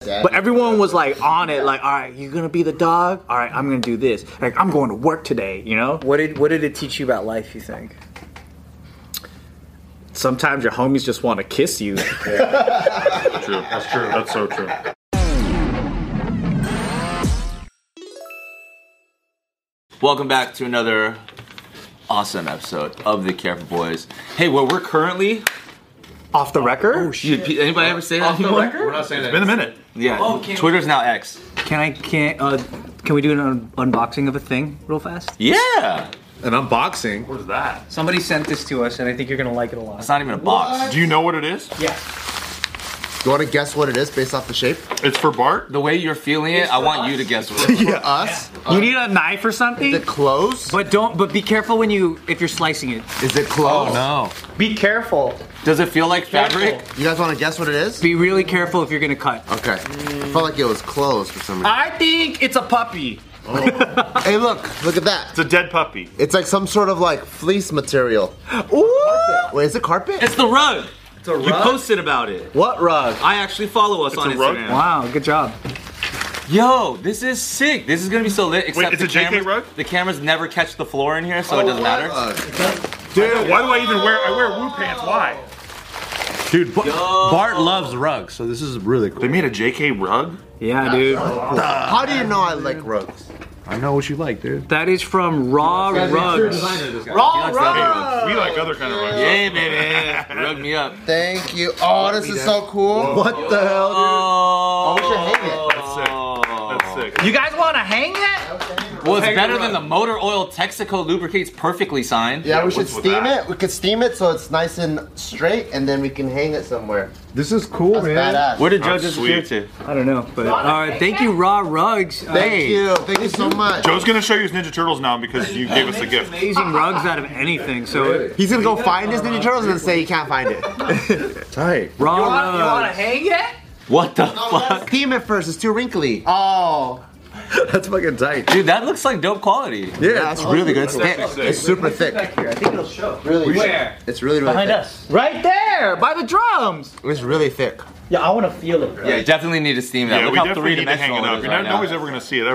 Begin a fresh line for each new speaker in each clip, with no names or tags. But everyone was like on it, like, all right, you're gonna be the dog. All right, I'm gonna do this. Like, I'm going to work today. You know.
What did what did it teach you about life? You think?
Sometimes your homies just want to kiss you.
True. That's true. That's so true.
Welcome back to another awesome episode of the Careful Boys. Hey, where we're currently,
Off the record.
Oh,
you, anybody ever say that?
the
record?
We're not saying that. Oh, It's been a minute.
Yeah.
okay.
Twitter's now X.
Can I can uh can we do an un- unboxing of a thing real fast?
Yeah.
An unboxing.
What is that?
Somebody sent this to us, and I think you're gonna like it a lot.
It's not even a box.
Do you know what it is?
Yeah.
You want to guess what it is based off the shape?
It's for Bart.
The way you're feeling it, I want you to guess what. it is.
For us?
you need a knife or
Is
something?
it close?
But don't. But be careful when you if you're slicing it.
Is it
Oh,
close?
No.
Be careful.
Does it feel like fabric?
You guys want to guess what it is?
Be really careful if you're gonna cut.
Okay. I felt like it was close for some reason.
I think it's a puppy.
hey, look. Look at that.
It's a dead puppy.
It's like some sort of like fleece material.
Ooh!
Wait, is it carpet? Oh,
It's the rug. It's a rug. You posted about it.
What rug?
I actually follow us on
a rug?
Instagram.
Wow, good job.
Yo, this is sick. This is gonna be so lit. Except
it's
the
a JK
cameras,
rug? Oh,
The cameras never catch the floor in here, so it doesn't matter.
Dude, why do I even wear? I wear woo pants. Why?
Dude, Bar- Bart loves rugs, so this is really cool.
They made a JK rug.
Yeah, dude.
How do you know I like rugs?
I know what you like, dude.
That is from Raw Rugs.
He likes that rug.
We like other kind of rugs.
Yeah, baby. Rug me up.
Thank you. Oh, this is so cool. What the hell?
Oh.
Dude? I wish I hang it.
That's sick. That's sick.
You guys want to hang
Uh,
that?
Well, it's better than the motor oil Texaco lubricates perfectly sign.
Yeah, we should
what's with
steam
that?
it. We could steam it so it's nice and straight, and then we can hang it somewhere.
This is cool,
That's badass.
Where did
That's
Joe disappear
sweet.
to?
I don't know, but
All right. Thank you, Raw Rugs.
Thank
Hey,
you. Thank you so much.
Joe's gonna show you his Ninja Turtles now because you gave us a gift.
amazing rugs out of anything. So
He's gonna go find his Ninja Turtles and say he can't find it.
Tight.
Raw uh, Rugs.
to hang it?
What the fuck?
Steam it first. It's too wrinkly.
Oh.
That's fucking tight.
Dude, that looks like dope quality.
Yeah.
it's really good. It's thick. It's super thick.
Back here. I think it'll show.
Really thick.
Where?
It's really really
Behind
thick.
us.
Right there, by the drums.
It's really thick.
Yeah, I want to feel it. Bro.
Yeah, you definitely need to steam that.
Yeah,
Look
we
how
definitely
three
need to hang
dimensional it
it up.
is
You're
right
not-
now.
Nobody's ever gonna see it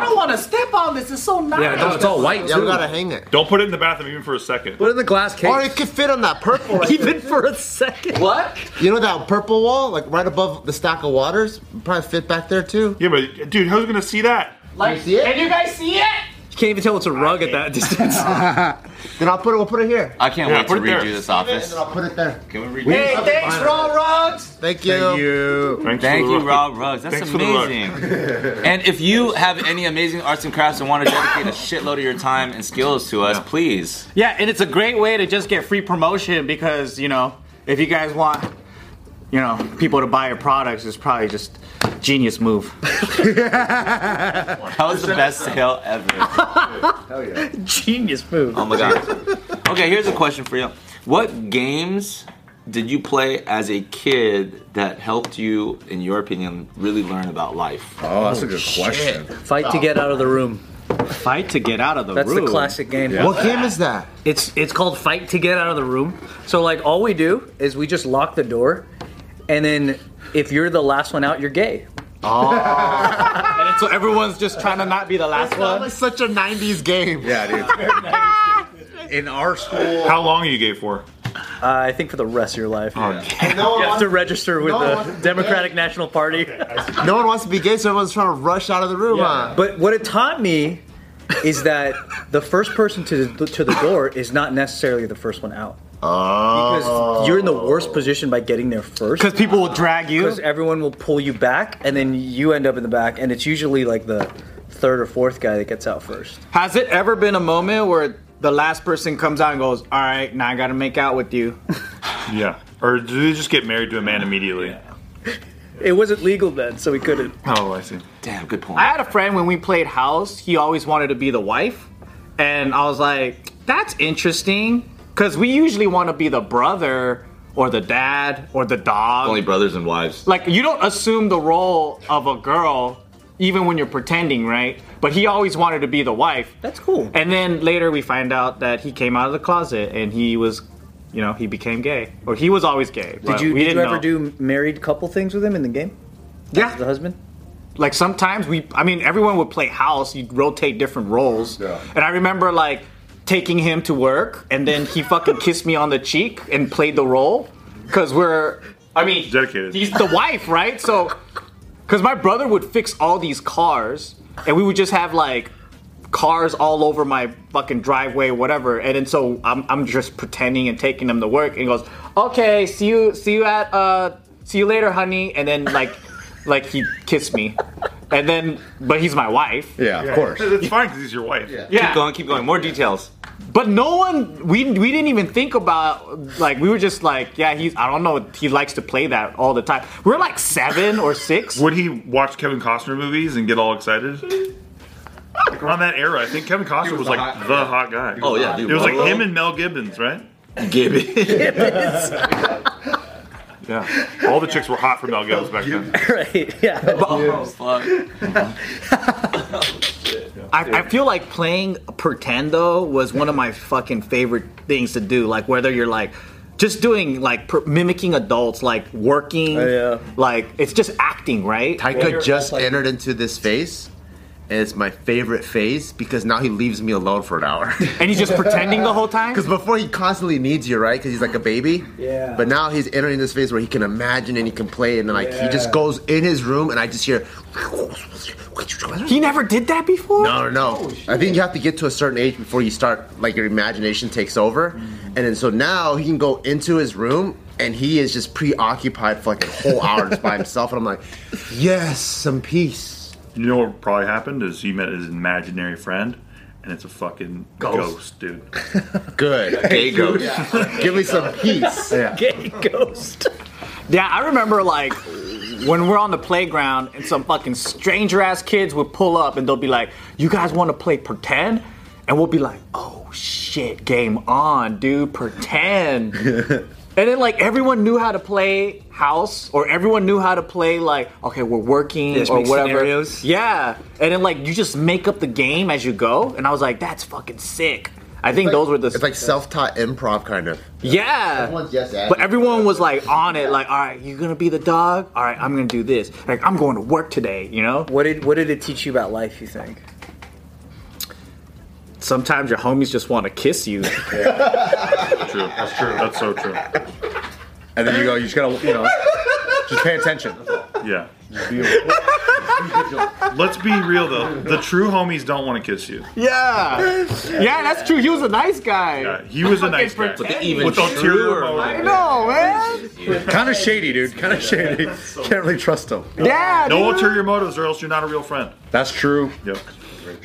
ever.
want to step on this. It's so nice.
Yeah, it's all white
Yeah, we
too.
gotta hang it.
Don't put it in the bathroom even for a second.
Put it in the glass case.
Or it could fit on that purple. Right
Even for a second.
What?
You know that purple wall, like right above the stack of waters, probably fit back there too.
Yeah, but dude, who's gonna see that?
Like,
see it?
Can you guys see it?
You can't even tell it's a rug at that distance.
Then I'll put it. We'll put it here.
I can't
Yeah,
wait to
put it
redo
there.
this
And
office.
then I'll put it there.
Can we redo
Hey, thanks, Raw Rugs.
Thank you.
you.
Thanks
Thank
for the
you,
rug.
Rob Ruggs. That's
Thanks for the rug.
amazing. and if you have any amazing arts and crafts and want to dedicate a shitload of your time and skills to us, please.
Yeah, and it's a great way to just get free promotion because, you know, if you guys want, you know, people to buy your products, it's probably just genius move.
That was the best sale ever.
genius move.
Oh my god. Okay, here's a question for you. What games did you play as a kid that helped you, in your opinion, really learn about life?
Oh, that's a good question.
Fight to get out of the room.
Fight to get out of the
That's
room.
the classic game.
Yeah.
What game is that?
It's it's called fight to get out of the room. So like all we do is we just lock the door, and then if you're the last one out, you're gay.
And so everyone's just trying to not be the last one.
It's such a '90s game.
Yeah, dude. in our school,
How long are you gay for?
Uh, I think for the rest of your life.
No
You
one,
have
wants,
to register with
No one
the
wants to
Democratic National Party.
no one wants to be gay, so everyone's trying to rush out of the room. Huh?
But what it taught me is that the first person to the, to the door is not necessarily the first one out. Because you're in the worst position by getting there first.
Because people will drag you.
Because everyone will pull you back, and then you end up in the back, and it's usually like the third or fourth guy that gets out first.
Has it ever been a moment where the last person comes out and goes, All right, now I gotta make out with you?
Yeah. Or do they just get married to a man immediately?
It wasn't legal then, so we couldn't.
Oh, I see.
Damn, good point.
I had a friend when we played house, he always wanted to be the wife. And I was like, that's interesting. Because we usually want to be the brother or the dad or the dog.
Only brothers and wives.
like, you don't assume the role of a girl even when you're pretending, right? But he always wanted to be the wife.
That's cool.
And then later we find out that he came out of the closet and he was, you know, he became gay. Or he was always gay.
Did you, did you ever do married couple things with him in the game?
Yeah.
the husband.
like sometimes we i mean everyone would play house you'd rotate different roles
Yeah.
and i remember like taking him to work and then he fucking kissed me on the cheek and played the role because we're i mean
Dedicated.
he's the wife right so because my brother would fix all these cars and we would just have like cars all over my fucking driveway whatever and then so i'm, I'm just pretending and taking them to work and he goes okay see you see you at uh see you later honey and then like like he kissed me and then but he's my wife
Yeah, of course.
It's fine because he's your wife.
Keep going, keep going. More details.
But no one, we we didn't even think about like we were just like, yeah, he's I don't know, he likes to play that all the time. We were like seven or six.
Would he watch Kevin Costner movies and get all excited? like around that era, I think Kevin Costner was, like the hot guy.
Oh, yeah, dude.
It was like
Well,
him and Mel Gibbons, right?
Gibby.
Yeah. All the chicks were hot for Mel Gibbons back then.
right. Yeah.
oh, fuck.
I, I feel like playing pretend though was one of my fucking favorite things to do. Like whether you're like just doing like per- mimicking adults, like working,
Oh, yeah.
like it's just acting, right?
Taika just entered into this phase, and it's my favorite phase because now he leaves me alone for an hour.
And he's just pretending the whole time.
Because before he constantly needs you, right? Because he's like a baby.
Yeah.
But now he's entering this phase where he can imagine and he can play, and like he just
Yeah.
goes in his room, and I just hear.
He never did that before.
No, no, no.
Oh,
I think you have to get to a certain age before you start, like your imagination takes over,
Mm.
and then so now he can go into his room and he is just preoccupied for like a whole hour just by himself, and I'm like, yes, some peace.
You know what probably happened is he met his imaginary friend, and it's a fucking ghost, dude.
Good.
Gay ghost.
Give me some peace.
Gay ghost.
Yeah, I remember like when we're on the playground and some fucking stranger ass kids would pull up and they'll be like, "You guys want to play pretend?" And we'll be like, "Oh shit, game on, dude, pretend." and then like everyone knew how to play house or everyone knew how to play like, "Okay, we're working
just
or
make
whatever."
scenarios.
Yeah. And then like you just make up the game as you go, and I was like, "That's fucking sick." I think those were the
It's like self-taught improv kind of.
yeah.
Everyone's yes and.
But everyone was like on it, like, all right, you're gonna be the dog. All right, I'm gonna do this. Like, I'm going to work today. You know.
What did What did it teach you about life? You think?
Sometimes your homies just want to kiss you.
True. That's true. That's so true.
And then you go, you just gotta, you know, just pay attention.
Yeah. Let's be real though. The true homies don't want to kiss you.
yeah. Yeah, that's true. He was a nice guy.
Yeah, he was a nice guy.
pretend.
Even
With ulterior
truer.
motives.
I know, man.
Kind of shady, dude. Kind of shady. Can't really trust him.
Yeah.
No
dude.
ulterior motives, or else you're not a real friend.
That's true.
Yep.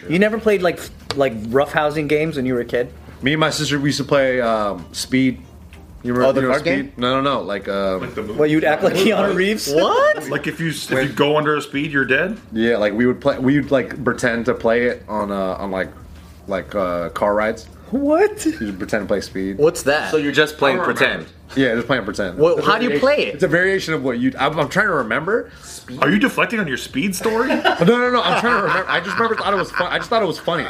You never played like like roughhousing games when you were a kid.
Me and my sister we used to play um, Speed. You remember,
Oh, the
you know
card
Speed?
game?
No, no, no. Like, um,
Well, you'd act like Keanu Reeves. What?
Like if you if you go under a speed, you're dead.
yeah, like we would play. We would like pretend to play it on uh, on like like uh, car rides.
What?
You just pretend to play Speed.
What's that?
So you're just playing pretend.
Yeah, just playing pretend.
Well, how do you play
It's
it?
a variation of what you. I'm, I'm trying to remember.
Are you deflecting on your speed story?
No, no, no. I'm trying to remember. I just remember. Thought it was fun. I just thought it was funny.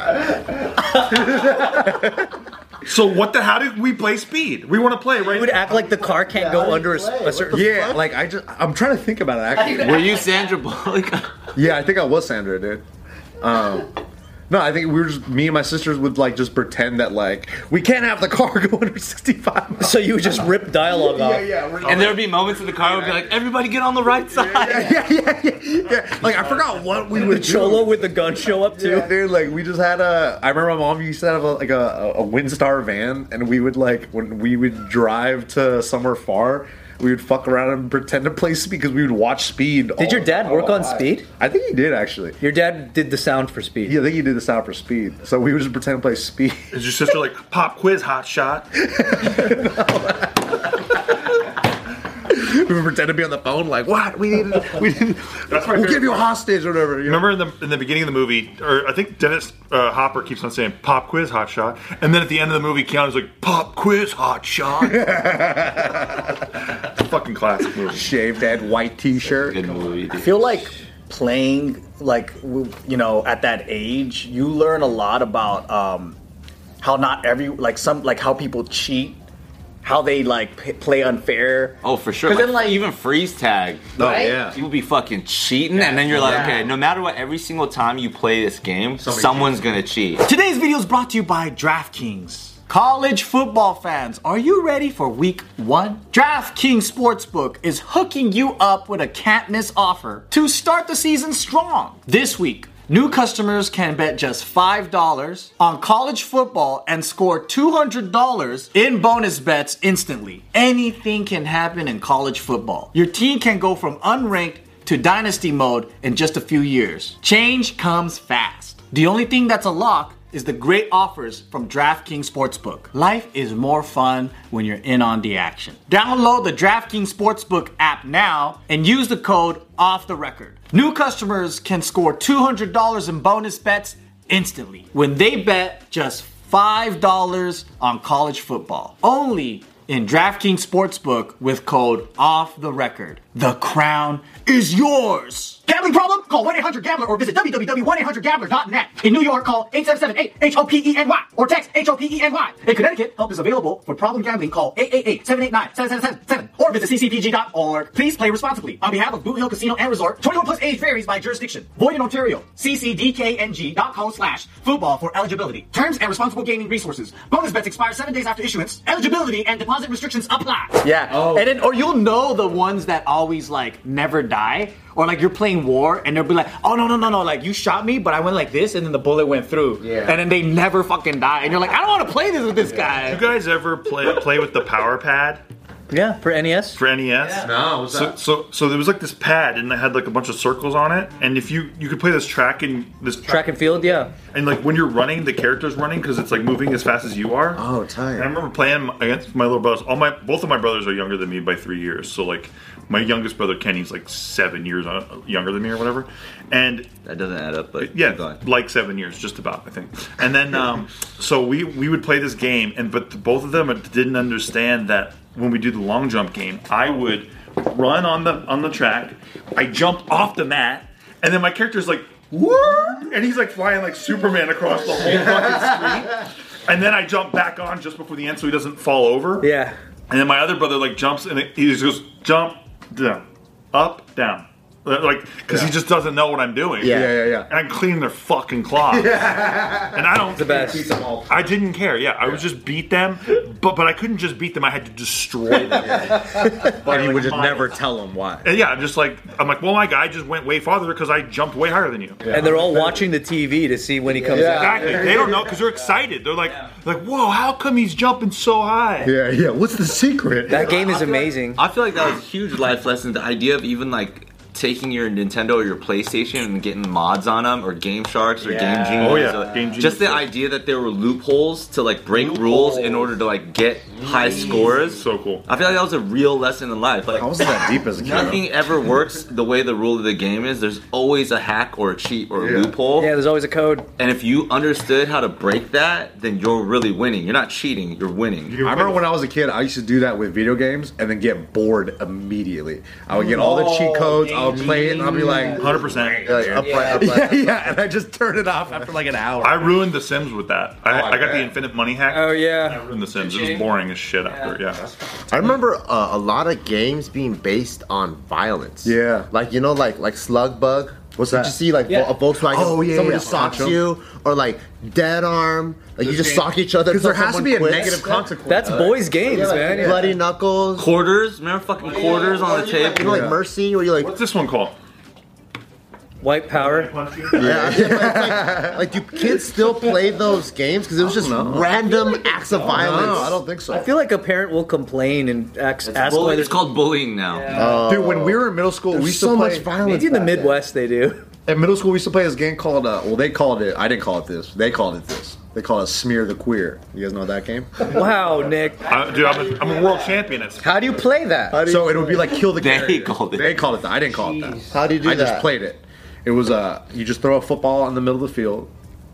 so what the? How did we play speed? We want to play
You would
right.
act like the car can't go under a, s- a certain.
Yeah, like I just. I'm trying to think about it. Actually,
Were you Sandra Bullock?
Yeah, I think I was Sandra, dude. Um, no, I think we were just me and my sisters would like just pretend that like we can't have the car go under sixty five. miles.
So you would just rip dialogue off.
and there would be moments in the car where we'd be like, everybody get on the right side.
Yeah, like I forgot what we would
Cholo with the gun show up
do.
too.
Yeah, dude, like we just had a. I remember my mom used to have a, like a, a Windstar van, and we would like when we would drive to somewhere far, we would fuck around and pretend to play speed because we would watch speed. all-
Did your dad work
all
on
the time.
Speed?
I think he did actually.
Your dad did the sound for Speed.
Yeah, I think he did this out for speed. So we would just pretend to play speed.
Is your sister like pop quiz hot shot?
we would pretend to be on the phone, like what we didn't, we didn't.
That's my
we'll
favorite
give you a
part.
hostage or whatever. You know?
Remember in the in the beginning of the movie, or I think Dennis uh, Hopper keeps on saying "pop quiz hot shot," and then at the end of the movie, Keanu's like "pop quiz hot shot." It's a fucking classic movie.
shaved head, white T-shirt.
Good movie, dude.
I feel like playing like w- you know at that age you learn a lot about um how not every like some like how people cheat how they like p- play unfair.
Oh, for sure.
'Cause
Like,
then, like-
even freeze tag.
Oh,
Right?
yeah.
People be fucking cheating, and then you're like, okay, no matter what, every single time you play this game, someone's gonna cheat.
Today's video is brought to you by DraftKings. College football fans, are you ready for week one? DraftKings Sportsbook is hooking you up with a can't miss offer to start the season strong. This week, new customers can bet just $5 on college football and score $200 in bonus bets instantly. Anything can happen in college football. Your team can go from unranked to dynasty mode in just a few years. Change comes fast. The only thing that's a lock is the great offers from DraftKings Sportsbook. Life is more fun when you're in on the action. Download the DraftKings Sportsbook app now and use the code off the record. New customers can score $200 in bonus bets instantly when they bet just $5 on college football. Only in DraftKings Sportsbook with code off the record. The crown is yours. Gambling problem? Call 1-800-GAMBLER or visit www.1800gambler.net. In New York, call 877-8-HOPENY E or text H-O-P-E-N-Y. E In Connecticut, help is available for problem gambling. Call 888-789-7777 or visit ccpg.org. Please play responsibly. On behalf of Boot Hill Casino and Resort, 21 plus age varies by jurisdiction. Void in Ontario. ccdkng.com slash football for eligibility. Terms and responsible gaming resources. Bonus bets expire seven days after issuance. Eligibility and deposit restrictions apply. Yeah. And then, or you'll know the ones that always like never die. Or like you're playing war and they'll be like, oh no, no, no, no, like you shot me, but I went like this and then the bullet went through. Yeah. And then they never fucking die. And you're like, I don't want to play this with this guy.
You guys ever play play with the power pad
Yeah, for E NES.
for NES?
No, what's
So, so, so there was like this pad, and it had like a bunch of circles on it. And if you you could play this track and this
Track and field, yeah.
and like when you're running, the character's running because it's like moving as fast as you are.
Oh, tight.
And I remember playing against my little brothers. All my both of my brothers are younger than me by three years. So like my youngest brother Kenny's like seven years uh, younger than me or whatever. And
That doesn't add up, but
yeah,
keep going.
like seven years, just about, I think. And then, um, so we we would play this game, and but the, both of them didn't understand that when we do the long jump game, I would run on the on the track, I jump off the mat, and then my character's like, "Whoop!" and he's like flying like Superman across the whole fucking screen. And then I jump back on just before the end, so he doesn't fall over.
Yeah.
And then my other brother like jumps and he just goes jump down, up down, like because he just doesn't know what I'm doing.
Yeah, yeah, yeah.
And I can clean their fucking claws. And I don't.
The best.
I didn't care. Yeah, I would just beat them, but but I couldn't just beat them. I had to destroy them.
And you would just
miles.
never tell him why.
And yeah, I'm just like I'm like, well, my guy just went way farther because I jumped way higher than you.
And they're all watching the TV to see when he comes out.
Exactly. They don't know because they're excited. They're like, like, whoa, how come he's jumping so high?
Yeah, yeah. What's the secret?
That game is amazing.
I feel like that was a huge life lesson. The idea of even like taking your Nintendo or your PlayStation and getting mods on them, or Game Sharks or Game Genius.
Oh, yeah.
or-
Game Genius,
Just the
yeah.
idea that there were loopholes to like break rules in order to like get high scores.
So cool.
I feel like that was a real lesson in life. Like
I wasn't that deep as a kid.
nothing ever works the way the rule of the game is. There's always a hack or a cheat or a loophole.
Yeah, there's always a code.
And if you understood how to break that, then you're really winning. You're not cheating. You're winning.
I remember when I was a kid, I used to do that with video games and then get bored immediately. I would get all the cheat codes, I would play it, and I'd be like,
Hundred percent.
Like, up, right, up, right.
yeah, yeah, and I just turn it off after like an hour.
I ruined The Sims with that. I, I,
I
got the
bet.
infinite money hack.
Oh
I
yeah.
ruined The Sims. It was boring as shit after. Yeah.
I remember uh, a lot of games being based on violence.
Yeah.
like you know, like like Slug Bug. What's
that?
You see, like
Yeah.
a Volkswagen.
Oh, yeah,
someone
yeah.
just socks
Contra.
you, or like Dead Arm. Like you
This
just
game-
sock each other
Because there
till
has to
someone
be a
quits.
negative consequence.
That's boys' games,
Yeah, like
man. Yeah.
Bloody knuckles.
Quarters, remember fucking quarters
Oh,
on the table.
You know, like
Yeah.
Mercy, where you like,
What's this one called?
White power.
yeah, like, like, do kids still play those games? Because it was just random acts of violence.
no, I don't think so.
I feel like a parent will complain and ask, ask
Bully-
why
it's
there's
called bullying now.
Dude, when we were in middle school, we
There's
used to
so
play,
much violence.
Maybe in the
back then.
Midwest they do.
In middle school, we used to play this game called, uh, well, they called it, I didn't call it this, they called it this. They called it Smear the Queer. You guys know that game?
Wow, Nick.
I, Uh, dude, I'm a, I'm a world champion. It's
How do you play that?
So it would be like kill the
They
carrier.
called it.
They called it that. I didn't call it that.
How do you do
I
that?
just played it. It was uh you just throw a football in the middle of the field.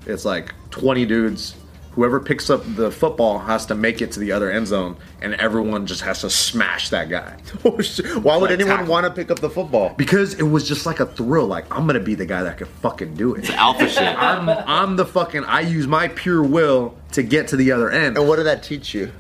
It's like 20 dudes. Whoever picks up the football has to make it to the other end zone and everyone just has to smash that guy.
Oh, shit. Why would
Like
anyone
tackle.
want to pick up the football?
Because it was just like a thrill like I'm going to be the guy that can fucking do it.
Alpha shit.
I'm I'm the fucking I use my pure will to get to the other end.
And what did that teach you?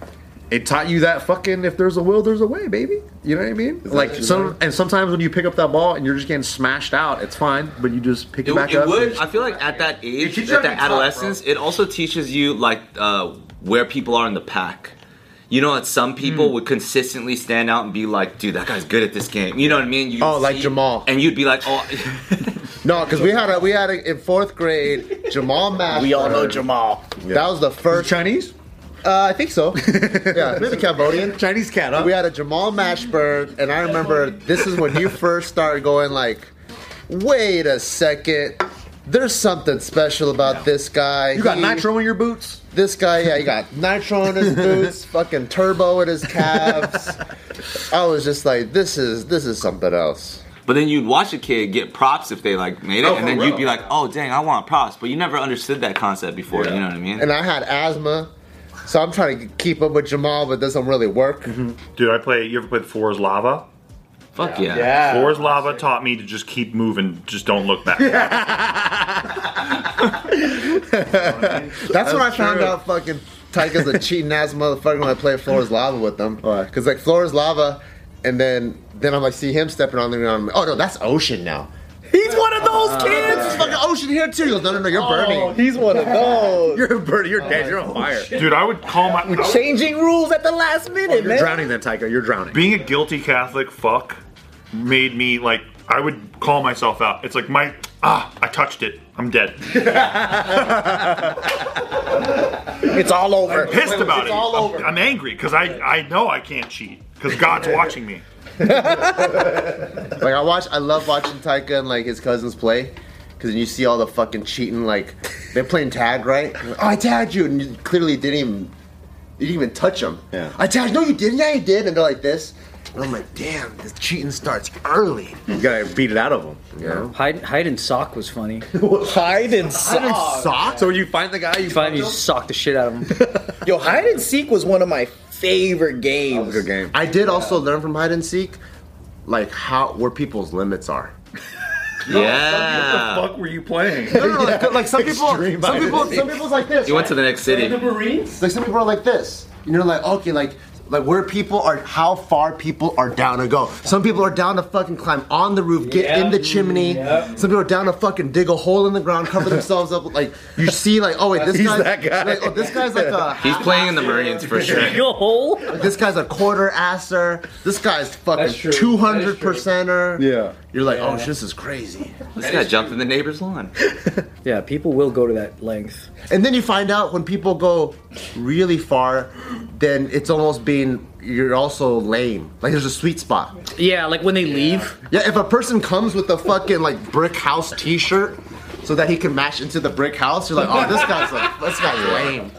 It taught you that fucking if there's a will, there's a way, baby. You know what I mean? Like some, and sometimes when you pick up that ball and you're just getting smashed out, it's fine, but you just pick it,
It,
back
it
up.
would. I feel like at that age,
teaches
at
you
that
how to be tough,
adolescence, it also teaches you like uh, where people are in the pack. You know, that some people would consistently stand out and be like, "Dude, that guy's good at this game." You know what I mean? You
Oh, like
see-
Jamal.
and you'd be like, "Oh,
No, because we had a we had a, in fourth grade Jamal Master.
We all know Jamal.
That was the first.
Chinese?
Uh, I think so. yeah, maybe Cambodian.
Chinese cat, huh?
We had a Jamal Mashburn, and I remember this is when you first started going like, "Wait a second, there's something special about this guy."
you got
He-
nitro in your boots?
This guy, yeah, he got nitro in his boots, fucking turbo in his calves. I was just like, "This is this is something else."
But then you'd watch a kid get props if they like made it, and then you'd be like, "Oh, dang, I want props," but you never understood that concept before. You know what I mean?
And I had asthma, so I'm trying to keep up with Jamal, but it doesn't really work.
Dude, I play. You ever played Fours Lava?
Fuck yeah.
Uh,
Fours Lava taught me to just keep moving, just don't look back. Yeah.
That's, when I found out fucking Tyga's a cheating ass motherfucker when I played Flora's Lava with them. Because like Flora's Lava, and then then I'm like see him stepping on the ground. I'm like, oh no, that's Ocean now. He's one of those kids. There's fucking Ocean here too. He goes, no, no, no, you're burning.
He's one of those. you're burning. You're dead. You're on fire.
Dude, I would call my.
Oh,
I would-
Changing rules at the last minute,
You're
man.
drowning then, Tycho. You're drowning.
being a guilty Catholic fuck made me like. I would call myself out. It's like my ah, I touched it. I'm dead.
It's all over.
Pissed about
it's
it.
all
I'm-
over.
I'm, angry because I I know I can't cheat because God's watching me.
Like I watch, I love watching Taika and like his cousins play, because then you see all the fucking cheating. Like they're playing tag, right? Oh, I tagged you, and you clearly didn't even you didn't even touch him.
Yeah.
I tagged. No, you didn't. Yeah, you did. And they're like this. And I'm like, damn, this cheating starts early.
You gotta beat it out of him.
Yeah.
Hide, hide and sock was funny.
Hide and
Hide and
sock.
sock.
So when you find the guy,
Finally,
you find
you
him.
sock the shit out of him.
Yo, hide and seek was one of my favorite games.
Good game.
I did also learn from hide and seek, like how where people's limits are.
yeah.
What the fuck were you playing?
No, no, no, like, like some people,
Extreme
some
hide and
people,
seek.
some people's like this.
You went to the next city.
Marines?
Like some people are like this. You know, like okay, like like where people are, how far people are down to go. Some people are down to fucking climb on the roof, get in the chimney. Some people are down to fucking dig a hole in the ground, cover themselves up. Like you see, like oh wait, this
He's
guy's
that guy.
Like, oh, this guy's like a
He's playing in the Marines for sure.
Your hole?
this guy's a quarter asser. This guy's
That's
fucking
true.
two hundred percenter.
Yeah.
You're like oh, this is crazy.
This guy jumped in the neighbor's lawn.
Yeah, people will go to that length.
And then you find out when people go really far, then it's almost being you're also lame. Like there's a sweet spot.
Yeah, like when they leave.
Yeah, if a person comes with a fucking like brick house T-shirt, so that he can mash into the brick house, you're like, oh, this guy's like, this guy's lame,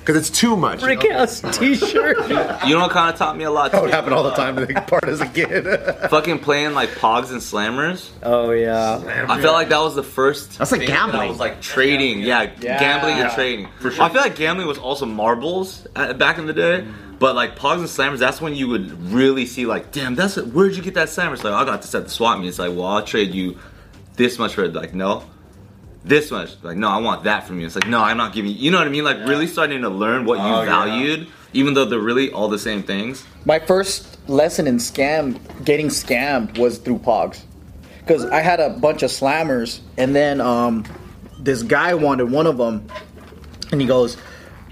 because it's too much.
Brick house t-shirt.
You know what kind of taught me a lot
That would
too?
happen all the time to the part as a kid.
Fucking playing like Pogs and Slammers.
Oh yeah.
I felt like that was the first.
That's like
thing that
gambling.
I was like trading. Yeah, gambling and trading. For sure. I feel like gambling was also marbles uh, back in the day. But like pogs and slammers, that's when you would really see like, damn, that's a, where'd you get that slammer? It's like I got this at the swap meet. It's like, well, I'll trade you this much for it. Like no, this much. Like no, I want that from you. It's like no, I'm not giving you. You know what I mean? Like really starting to learn what you valued, even though they're really all the same things.
My first lesson in scam, getting scammed, was through Pogs, because I had a bunch of slammers, and then um, this guy wanted one of them, and he goes,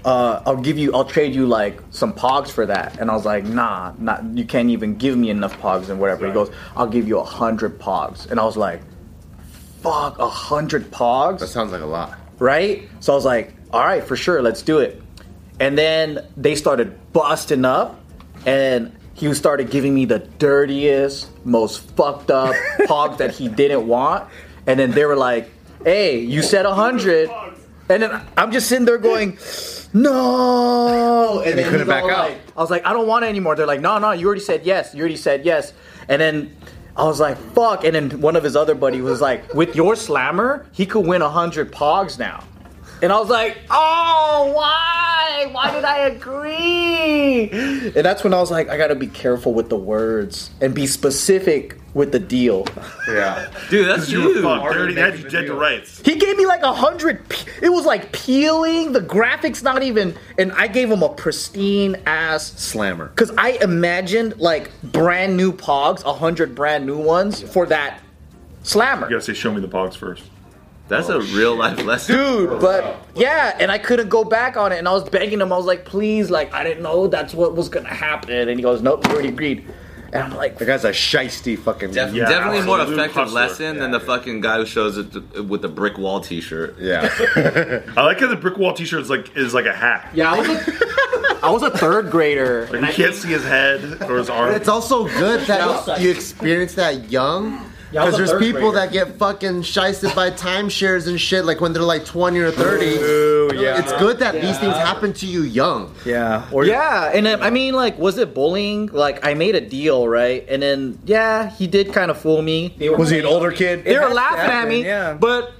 uh, "I'll give you, I'll trade you like some Pogs for that," and I was like, "Nah, not you can't even give me enough Pogs and whatever." He goes, "I'll give you a hundred Pogs," and I was like, "Fuck, a hundred Pogs."
That sounds like a lot.
right? So I was like, all right, for sure, let's do it. And then they started busting up, and he started giving me the dirtiest, most fucked up pogs that he didn't want. And then they were like, hey, you said 100. And then I'm just sitting there going, no. And then
couldn't
he's all
back out.
like- I was like, I don't want it anymore. They're like, no, no, you already said yes. You already said yes. And then I was like, fuck. And then one of his other buddy was like, with your slammer, he could win 100 pogs now.
And I was like, oh, why? Why did I agree? And that's when I was like, I gotta be careful with the words and be specific with the deal.
Yeah.
Dude, that's
You were
you.
fucked. They already had you dead to rights.
He gave me like a hundred. Pe- it was like peeling the graphics, not even. And I gave him a pristine ass.
Slammer.
Because I imagined like brand new Pogs, a hundred brand new ones for that slammer.
You gotta say, show me the pogs first.
That's a real life lesson.
dude. But yeah, and I couldn't go back on it, and I was begging him. I was like, please, like I didn't know that's what was gonna happen. And he goes, nope, you already agreed. And I'm like,
That guy's a shisty fucking.
Def-
Yeah,
definitely more
absolute
effective
hustler.
lesson than the fucking guy who shows it to, with the brick wall T-shirt.
Yeah.
I like how the brick wall T-shirt is like is like a hat.
Yeah, I was a, I was a third grader.
Like, you can't see his head or his arm.
It's also good that
Outside.
you experience that young.
Yeah, I was
Because
a
there's
third
people
grader.
that get fucking shysted by timeshares and shit, like when they're like 20 or 30.
yeah.
It's good that these things happen to you young.
Yeah. Or
yeah, and then, I mean, like, was it bullying? Like, I made a deal, right? And then, yeah, he did kind of fool me. They were,
was he an older kid?
they
It
were
has to
laughing at
happen,
me.
Yeah.
But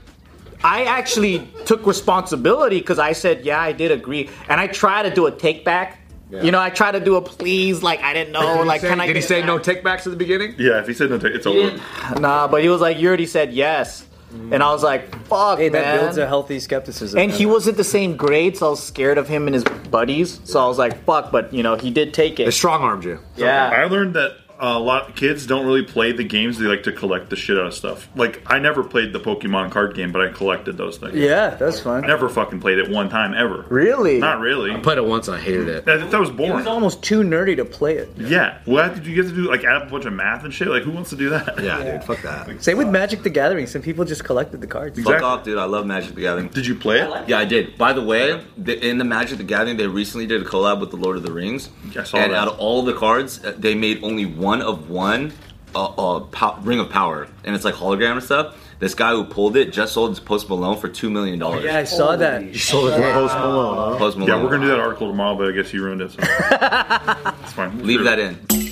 I actually took responsibility because I said, yeah, I did agree. And I tried to do a take back. You know, I tried to do a please, like I didn't know, like can I?
Did he
get
say
back?
no takebacks at the beginning?
yeah, if he said no, it's over.
Nah, but he was like, you already said yes, and I was like, fuck,
Hey, that
man.
builds a healthy skepticism.
and he wasn't the same grade, so I was scared of him and his buddies. So I was like, fuck, but you know, he did take
They
it.
strong armed you.
Yeah.
I learned that a lot kids don't really play the games. They like to collect the shit out of stuff. Like I never played the Pokemon card game, but I collected those things.
Yeah, that's fine.
I never fucking played it one time ever.
Really?
Not really.
Played it once and I hated it.
That, that was
It
boring.
was almost too nerdy to play it.
yeah. What did you get to do? Like add up a bunch of math and shit. Like who wants to do that?
Yeah, dude, fuck that.
Same with Magic the Gathering. Some people just collected the cards.
Exactly.
Fuck off, dude. I love Magic the Gathering.
Did you play it?
Yeah, I did. By the way, the, in the Magic the Gathering, they recently did a collab with the Lord of the Rings.
I saw
and
that.
out of all the cards, uh, they made only one of one uh, uh, pow- Ring of Power, and it's like hologram and stuff. This guy who pulled it just sold his Post Malone for two million dollars.
Yeah, I saw that.
Post Malone.
Post Malone.
Yeah, we're gonna do that article tomorrow, but I guess you ruined it. So. it's fine.
Leave that in.